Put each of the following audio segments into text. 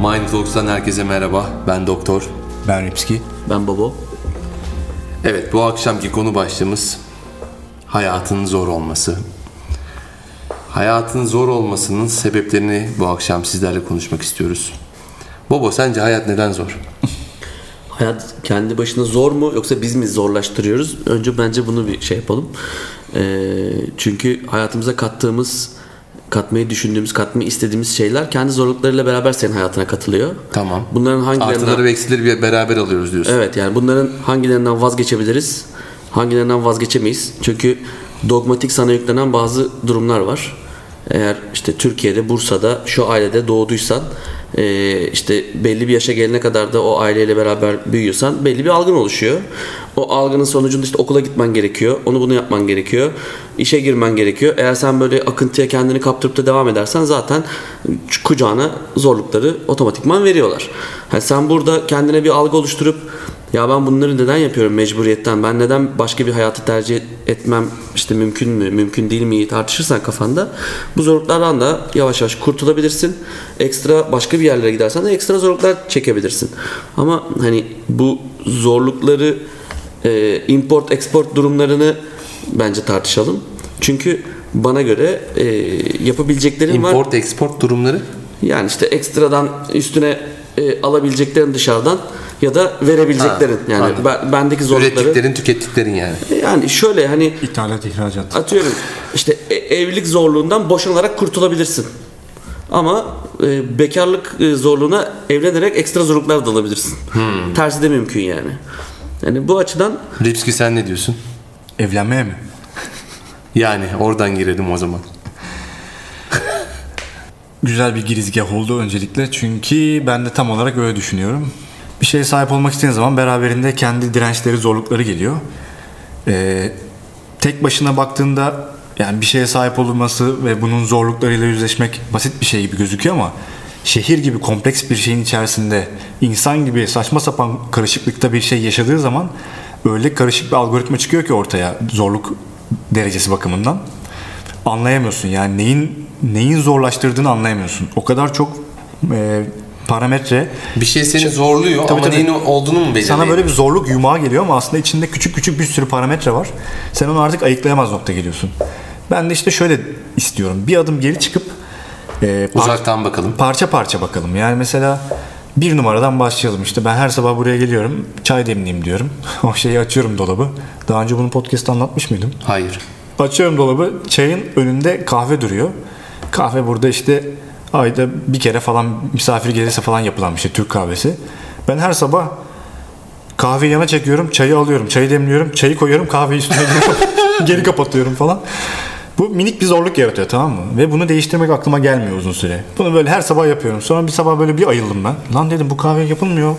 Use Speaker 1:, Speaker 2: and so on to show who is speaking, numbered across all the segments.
Speaker 1: Mind Talks'tan herkese merhaba. Ben Doktor.
Speaker 2: Ben Ripski.
Speaker 3: Ben Babo.
Speaker 1: Evet bu akşamki konu başlığımız hayatın zor olması. Hayatın zor olmasının sebeplerini bu akşam sizlerle konuşmak istiyoruz. Bobo sence hayat neden zor?
Speaker 3: Hayat kendi başına zor mu yoksa biz mi zorlaştırıyoruz? Önce bence bunu bir şey yapalım. Ee, çünkü hayatımıza kattığımız, katmayı düşündüğümüz, katmayı istediğimiz şeyler kendi zorluklarıyla beraber senin hayatına katılıyor.
Speaker 1: Tamam.
Speaker 3: Bunların
Speaker 1: Artıları ve
Speaker 3: hangilerinden...
Speaker 1: eksileri bir beraber alıyoruz diyorsun.
Speaker 3: Evet yani bunların hangilerinden vazgeçebiliriz, hangilerinden vazgeçemeyiz. Çünkü dogmatik sana yüklenen bazı durumlar var. Eğer işte Türkiye'de, Bursa'da şu ailede doğduysan eee, işte belli bir yaşa gelene kadar da o aileyle beraber büyüyorsan belli bir algın oluşuyor. O algının sonucunda işte okula gitmen gerekiyor, onu bunu yapman gerekiyor, işe girmen gerekiyor. Eğer sen böyle akıntıya kendini kaptırıp da devam edersen zaten kucağına zorlukları otomatikman veriyorlar. Yani sen burada kendine bir algı oluşturup ya ben bunları neden yapıyorum mecburiyetten? Ben neden başka bir hayatı tercih etmem işte mümkün mü, mümkün değil mi tartışırsan kafanda bu zorluklardan da yavaş yavaş kurtulabilirsin. Ekstra başka bir yerlere gidersen de ekstra zorluklar çekebilirsin. Ama hani bu zorlukları e, import export durumlarını bence tartışalım. Çünkü bana göre e, yapabileceklerin var.
Speaker 1: Import export durumları
Speaker 3: Yani işte ekstradan üstüne e, alabileceklerin dışarıdan ya da verebileceklerin.
Speaker 1: Ha,
Speaker 3: yani
Speaker 1: anladım.
Speaker 3: ben- bendeki zorlukları.
Speaker 1: ürettiklerin tükettiklerin yani.
Speaker 3: Yani şöyle hani
Speaker 2: İthalat ihracat.
Speaker 3: atıyorum işte e- evlilik zorluğundan boşanarak kurtulabilirsin. Ama e, bekarlık e, zorluğuna evlenerek ekstra zorluklar da alabilirsin.
Speaker 1: Hmm.
Speaker 3: Tersi de mümkün yani. Yani bu açıdan
Speaker 1: Lipski sen ne diyorsun?
Speaker 2: Evlenmeye mi?
Speaker 1: Yani oradan girelim o zaman.
Speaker 2: Güzel bir girizgah oldu öncelikle çünkü ben de tam olarak öyle düşünüyorum. Bir şeye sahip olmak istediğin zaman beraberinde kendi dirençleri, zorlukları geliyor. Ee, tek başına baktığında yani bir şeye sahip olunması ve bunun zorluklarıyla yüzleşmek basit bir şey gibi gözüküyor ama şehir gibi kompleks bir şeyin içerisinde insan gibi saçma sapan karışıklıkta bir şey yaşadığı zaman öyle karışık bir algoritma çıkıyor ki ortaya zorluk derecesi bakımından. Anlayamıyorsun yani neyin neyin zorlaştırdığını anlayamıyorsun. O kadar çok e, parametre
Speaker 1: Bir şey seni zorluyor
Speaker 2: Tabii,
Speaker 1: ama
Speaker 2: tabii.
Speaker 1: neyin olduğunu mu belirleyin?
Speaker 2: sana böyle bir zorluk yumağı geliyor ama aslında içinde küçük küçük bir sürü parametre var. Sen onu artık ayıklayamaz nokta geliyorsun. Ben de işte şöyle istiyorum. Bir adım geri çıkıp e, par-
Speaker 1: Uzaktan bakalım.
Speaker 2: parça parça bakalım. Yani mesela bir numaradan başlayalım. İşte ben her sabah buraya geliyorum. Çay demleyeyim diyorum. o şeyi açıyorum dolabı. Daha önce bunu podcast'ta anlatmış mıydım?
Speaker 1: Hayır.
Speaker 2: Açıyorum dolabı. Çayın önünde kahve duruyor. Kahve burada işte ayda bir kere falan misafir gelirse falan yapılan bir şey Türk kahvesi. Ben her sabah kahveyi yana çekiyorum, çayı alıyorum, çayı demliyorum, çayı koyuyorum, kahveyi üstüne geri, geri kapatıyorum falan. Bu minik bir zorluk yaratıyor tamam mı? Ve bunu değiştirmek aklıma gelmiyor uzun süre. Bunu böyle her sabah yapıyorum. Sonra bir sabah böyle bir ayıldım ben. Lan dedim bu kahve yapılmıyor.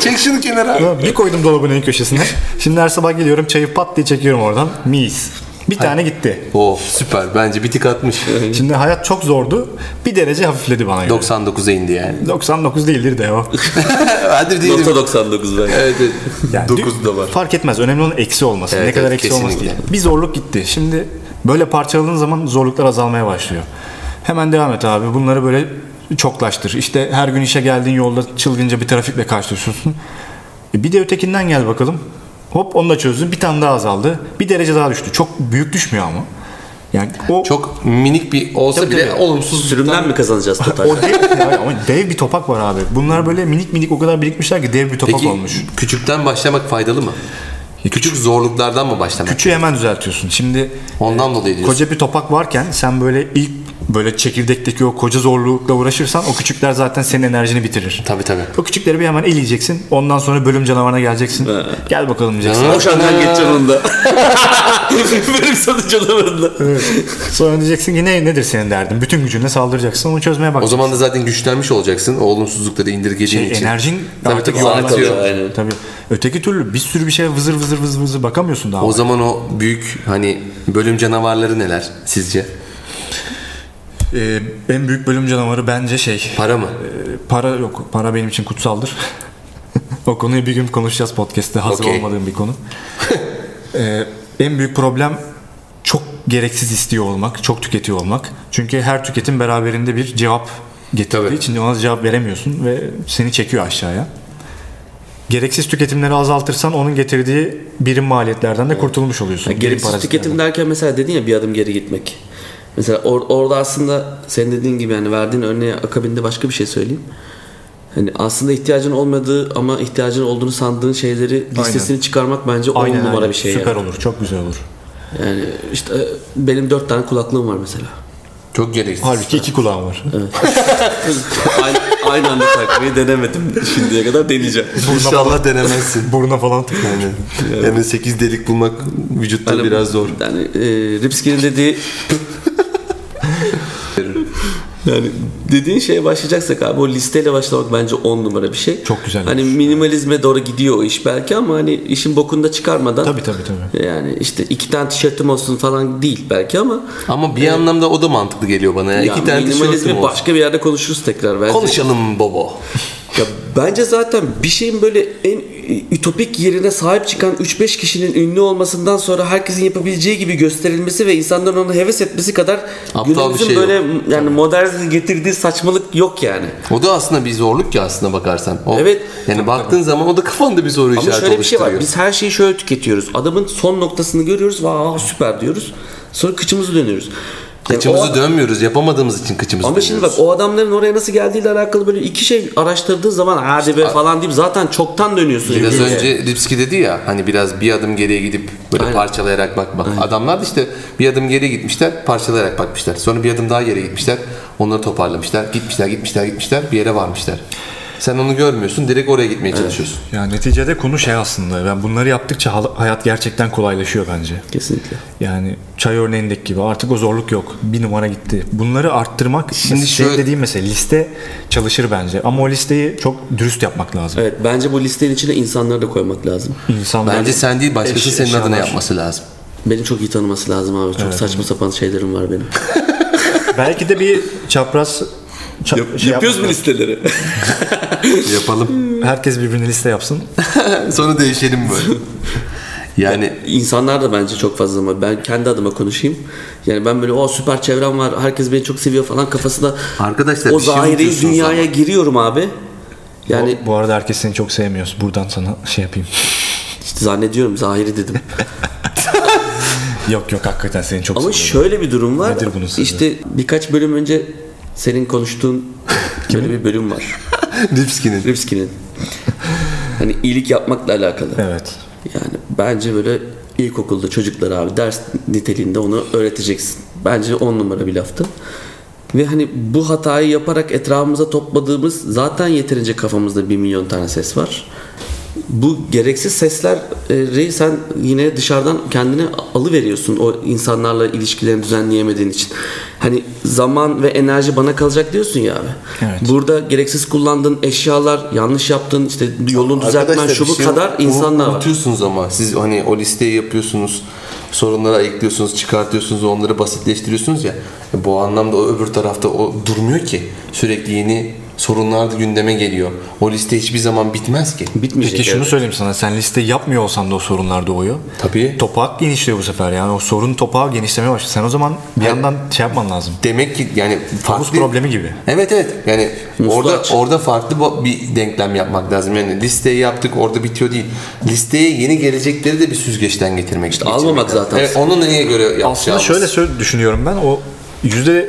Speaker 1: Çek şunu kenara.
Speaker 2: Ya bir koydum dolabın en köşesine. Şimdi her sabah geliyorum çayı pat diye çekiyorum oradan. Mis. Bir tane gitti.
Speaker 1: Oh süper bence bir tık atmış.
Speaker 2: Şimdi hayat çok zordu. Bir derece hafifledi bana göre.
Speaker 1: 99'a indi yani.
Speaker 2: 99 değildir de o.
Speaker 1: Hadi değilim.
Speaker 3: nokta 99 ben.
Speaker 1: Evet, evet.
Speaker 2: Yani
Speaker 1: Dokuz da var.
Speaker 2: Fark etmez. Önemli olan eksi olması.
Speaker 1: Evet,
Speaker 2: ne kadar
Speaker 1: evet,
Speaker 2: eksi olması değil.
Speaker 1: kesinlikle.
Speaker 2: Bir zorluk gitti. Şimdi böyle parçaladığın zaman zorluklar azalmaya başlıyor. Hemen devam et abi. Bunları böyle çoklaştır. İşte her gün işe geldiğin yolda çılgınca bir trafikle karşılaşıyorsun. E bir de ötekinden gel bakalım. Hop onu da çözdün. Bir tane daha azaldı. Bir derece daha düştü. Çok büyük düşmüyor ama. Yani o
Speaker 1: Çok minik bir olsa
Speaker 2: Tabii,
Speaker 1: bile
Speaker 2: tabii.
Speaker 1: olumsuz
Speaker 3: sürümden mi kazanacağız totalde?
Speaker 2: O dev, yani ama dev bir topak var abi. Bunlar böyle minik minik o kadar birikmişler ki dev bir topak
Speaker 1: Peki
Speaker 2: olmuş.
Speaker 1: küçükten başlamak faydalı mı? Küçük zorluklardan mı başlamak?
Speaker 2: Küçüğü hemen düzeltiyorsun. Şimdi
Speaker 1: Ondan dolayı diyorsun.
Speaker 2: koca bir topak varken sen böyle ilk böyle çekirdekteki o koca zorlukla uğraşırsan o küçükler zaten senin enerjini bitirir.
Speaker 1: Tabii tabii.
Speaker 2: O küçükleri bir hemen eleyeceksin. Ondan sonra bölüm canavarına geleceksin. Gel bakalım diyeceksin.
Speaker 3: Boşandan geçeceğim onda. Benim satıcı canavarında.
Speaker 2: Sonra diyeceksin ki ne, nedir senin derdin? Bütün gücünle saldıracaksın. Onu çözmeye bak.
Speaker 1: O zaman da zaten güçlenmiş olacaksın. O olumsuzlukları indirgediğin
Speaker 2: Şey,
Speaker 1: için.
Speaker 2: enerjin
Speaker 1: Tabii
Speaker 2: artık
Speaker 1: tabii,
Speaker 2: yoğunlaşıyor.
Speaker 1: artıyor.
Speaker 3: Aynen.
Speaker 2: Tabii. Öteki türlü bir sürü bir şeye vızır vızır vızır vızır bakamıyorsun daha.
Speaker 1: O zaman o büyük hani bölüm canavarları neler sizce?
Speaker 2: Ee, en büyük bölüm canavarı bence şey.
Speaker 1: Para mı?
Speaker 2: Ee, para yok. Para benim için kutsaldır. o konuyu bir gün konuşacağız podcast'te. Hazır
Speaker 1: Okey.
Speaker 2: olmadığım bir konu. Ee, en büyük problem çok gereksiz istiyor olmak, çok tüketiyor olmak. Çünkü her tüketim beraberinde bir cevap getirdiği
Speaker 1: Tabii.
Speaker 2: için ona cevap veremiyorsun ve seni çekiyor aşağıya. Gereksiz tüketimleri azaltırsan onun getirdiği birim maliyetlerden de kurtulmuş oluyorsun.
Speaker 3: Yani
Speaker 2: Birim
Speaker 3: gereksiz
Speaker 2: parazitlerden.
Speaker 3: tüketim derken mesela dedin ya bir adım geri gitmek. Mesela or- orada aslında senin dediğin gibi yani verdiğin örneğe akabinde başka bir şey söyleyeyim. Hani aslında ihtiyacın olmadığı ama ihtiyacın olduğunu sandığın şeyleri listesini çıkarmak bence on
Speaker 2: Aynen,
Speaker 3: numara
Speaker 2: aynen.
Speaker 3: bir şey.
Speaker 2: Süper
Speaker 3: yani.
Speaker 2: olur. Çok güzel olur.
Speaker 3: yani işte e, benim dört tane kulaklığım var mesela.
Speaker 1: Çok gereksiz.
Speaker 2: Halbuki iki kulağım var.
Speaker 3: aynı, aynı anda takmayı denemedim şimdiye kadar deneyeceğim.
Speaker 1: İnşallah denemezsin.
Speaker 2: Buruna falan tıkla.
Speaker 1: Yani, yani 8 delik bulmak vücutta
Speaker 3: Yani-
Speaker 1: biraz zor.
Speaker 3: Yani e, Ripsky'nin dediği yani dediğin şeye başlayacaksak abi o listeyle başlamak bence on numara bir şey.
Speaker 2: Çok güzel
Speaker 3: Hani
Speaker 2: olmuş.
Speaker 3: minimalizme doğru gidiyor o iş belki ama hani işin bokunu da çıkarmadan.
Speaker 2: Tabii, tabii, tabii.
Speaker 3: Yani işte iki tane tişörtüm olsun falan değil belki ama.
Speaker 1: Ama bir anlamda o da mantıklı geliyor bana. Ya. İki tane tişörtüm
Speaker 3: minimalizmi
Speaker 1: olsun.
Speaker 3: başka bir yerde konuşuruz tekrar. Bence.
Speaker 1: Konuşalım Bobo.
Speaker 3: Ya bence zaten bir şeyin böyle en ütopik yerine sahip çıkan 3-5 kişinin ünlü olmasından sonra herkesin yapabileceği gibi gösterilmesi ve insanların onu heves etmesi kadar
Speaker 1: Aptal bir
Speaker 3: günümüzün
Speaker 1: şey yok.
Speaker 3: böyle yani modern getirdiği saçmalık yok yani.
Speaker 1: O da aslında bir zorluk ki aslında bakarsan. O,
Speaker 3: Evet.
Speaker 1: Yani baktığın zaman o da kafanda bir soru
Speaker 3: Ama
Speaker 1: işareti
Speaker 3: şöyle bir şey var.
Speaker 1: oluşturuyor.
Speaker 3: Biz her şeyi şöyle tüketiyoruz. Adamın son noktasını görüyoruz. Vaa süper diyoruz. Sonra kıçımızı dönüyoruz. Yani
Speaker 1: Kıçımızı
Speaker 3: o-
Speaker 1: dönmüyoruz. Yapamadığımız için kıçımızı
Speaker 3: Ama şimdi bak
Speaker 1: dönüyoruz.
Speaker 3: o adamların oraya nasıl geldiğiyle alakalı böyle iki şey araştırdığı zaman hadi be falan deyip zaten çoktan dönüyorsun.
Speaker 1: Biraz
Speaker 3: Yani.
Speaker 1: önce Lipski dedi ya hani biraz bir adım geriye gidip böyle
Speaker 3: Aynen.
Speaker 1: parçalayarak bakmak. Adamlar da işte bir adım geriye gitmişler parçalayarak bakmışlar. Sonra bir adım daha geriye gitmişler. Onları toparlamışlar. Gitmişler gitmişler gitmişler bir yere varmışlar. Sen onu görmüyorsun direkt oraya gitmeye çalışıyorsun.
Speaker 2: Ya neticede konu şey aslında. Ben bunları yaptıkça hal- hayat gerçekten kolaylaşıyor bence.
Speaker 3: Kesinlikle.
Speaker 2: Yani çay örneğindeki gibi artık o zorluk yok. Bir numara gitti. Bunları arttırmak şimdi şey
Speaker 1: şöyle-
Speaker 2: dediğim mesela liste çalışır bence. Ama o listeyi çok dürüst yapmak lazım.
Speaker 3: Evet bence bu listenin içine insanları da koymak lazım.
Speaker 2: İnsanlar
Speaker 1: Bence sen değil başkası
Speaker 2: Eş-
Speaker 1: senin adına
Speaker 2: eşyalar.
Speaker 1: yapması lazım.
Speaker 3: Beni çok iyi tanıması lazım abi. Çok saçma sapan şeylerim var benim.
Speaker 2: belki de bir çapraz ça- şey yapmak lazım.
Speaker 3: listeleri?
Speaker 1: Yapalım.
Speaker 2: Herkes birbirine liste yapsın.
Speaker 1: Sonra değişelim böyle. Yani
Speaker 3: İnsanlar da bence çok fazla ama ben kendi adıma konuşayım. Yani ben böyle o süper çevrem var. Herkes beni çok seviyor falan kafasında.
Speaker 1: Arkadaşlar,
Speaker 3: o
Speaker 1: bir şey
Speaker 3: zahiri
Speaker 1: unutuyorsunuz
Speaker 3: dünyaya giriyorum abi. Yani
Speaker 2: Bu arada herkes seni çok sevmiyor. Buradan sana şey yapayım.
Speaker 3: işte zannediyorum zahiri dedim.
Speaker 2: yok yok hakikaten seni çok
Speaker 3: Ama
Speaker 2: seviyorum.
Speaker 3: şöyle bir durum var.
Speaker 2: Nedir bunun sırrı?
Speaker 3: İşte birkaç bölüm önce senin konuştuğun böyle bir bölüm var.
Speaker 1: Lipski'nin.
Speaker 3: Ripsky'nin. Hani iyilik yapmakla alakalı.
Speaker 2: Evet.
Speaker 3: Yani bence böyle ilkokulda çocuklara abi ders niteliğinde onu öğreteceksin. Bence on numara bir laftı. Ve hani bu hatayı yaparak etrafımıza topladığımız zaten yeterince kafamızda bir milyon tane ses var. Bu gereksiz sesleri sen yine dışarıdan kendine alıveriyorsun o insanlarla ilişkilerini düzenleyemediğin için. Hani zaman ve enerji bana kalacak diyorsun ya abi.
Speaker 2: Evet.
Speaker 3: Burada gereksiz kullandığın eşyalar, yanlış yaptığın işte yolunu düzeltmen
Speaker 1: Arkadaşlar,
Speaker 3: şu
Speaker 1: bir
Speaker 3: bu
Speaker 1: şey
Speaker 3: kadar
Speaker 1: unut-
Speaker 3: insanlar var.
Speaker 1: Unutuyorsunuz ama siz hani o listeyi yapıyorsunuz, sorunları ayıklıyorsunuz, çıkartıyorsunuz, onları basitleştiriyorsunuz ya. E, Bu anlamda o öbür tarafta o durmuyor ki. Sürekli yeni sorunlar da gündeme geliyor. O liste hiçbir zaman bitmez ki.
Speaker 3: Bitmeyecek.
Speaker 2: Peki şunu
Speaker 3: evet.
Speaker 2: söyleyeyim sana. Sen liste yapmıyor olsan da o sorunlar doğuyor.
Speaker 1: Tabii.
Speaker 2: Topak genişliyor bu sefer yani o sorun topağı genişlemeye başlıyor. Sen o zaman bir yandan şey yapman lazım.
Speaker 1: Demek ki yani
Speaker 2: Tavus
Speaker 1: farklı
Speaker 2: problemi gibi.
Speaker 1: Evet evet. Yani
Speaker 3: Musluğa
Speaker 1: orada
Speaker 3: aç.
Speaker 1: orada farklı bo- bir denklem yapmak lazım. Yani listeyi yaptık orada bitiyor değil. Listeye yeni gelecekleri de bir süzgeçten getirmek. İşte
Speaker 3: almamak zaten.
Speaker 1: Evet, onu neye göre yapacağımız.
Speaker 2: Aslında şöyle sö- düşünüyorum ben o yüzde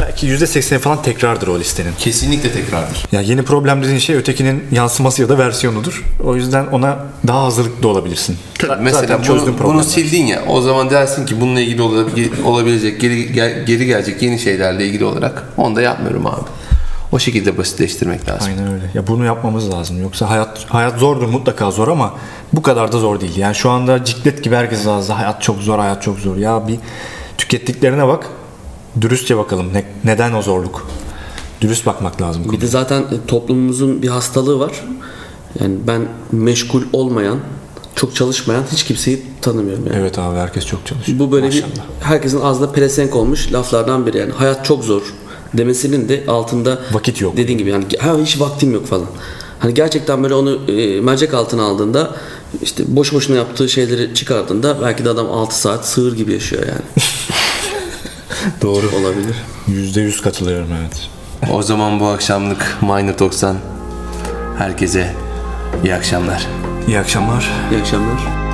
Speaker 2: belki yüzde sekseni falan tekrardır o listenin.
Speaker 1: kesinlikle tekrardır.
Speaker 2: Ya yeni problem dediğin şey ötekinin yansıması ya da versiyonudur. O yüzden ona daha hazırlıklı olabilirsin. Za-
Speaker 1: Mesela
Speaker 2: Zaten çözdüğün
Speaker 1: bunu,
Speaker 2: problem.
Speaker 1: bunu sildin ya o zaman dersin ki bununla ilgili olabi- olabilecek geri, gel- geri gelecek yeni şeylerle ilgili olarak onu da yapmıyorum abi. O şekilde basitleştirmek lazım.
Speaker 2: Aynen öyle. Ya bunu yapmamız lazım. Yoksa hayat hayat zordur mutlaka zor ama bu kadar da zor değil. Yani şu anda ciklet gibi herkes ağzında hayat çok zor, hayat çok zor. Ya bir tükettiklerine bak. Dürüstçe bakalım. Ne- neden o zorluk? Dürüst bakmak lazım.
Speaker 3: Bir de zaten e, toplumumuzun bir hastalığı var. Yani ben meşgul olmayan, çok çalışmayan hiç kimseyi tanımıyorum yani.
Speaker 2: Evet abi herkes çok çalışıyor.
Speaker 3: Bu böyle
Speaker 2: Maşallah.
Speaker 3: bir herkesin ağzına pelesenk olmuş laflardan biri yani. Hayat çok zor demesinin de altında
Speaker 2: Vakit yok.
Speaker 3: Dediğin gibi yani ha hiç vaktim yok falan. Hani gerçekten böyle onu e, mercek altına aldığında işte boş boşuna yaptığı şeyleri çıkardığında belki de adam 6 saat sığır gibi yaşıyor yani. Doğru olabilir.
Speaker 2: Yüzde yüz katılıyorum evet.
Speaker 1: O zaman bu akşamlık Minor 90 herkese iyi akşamlar.
Speaker 2: İyi akşamlar.
Speaker 3: İyi akşamlar.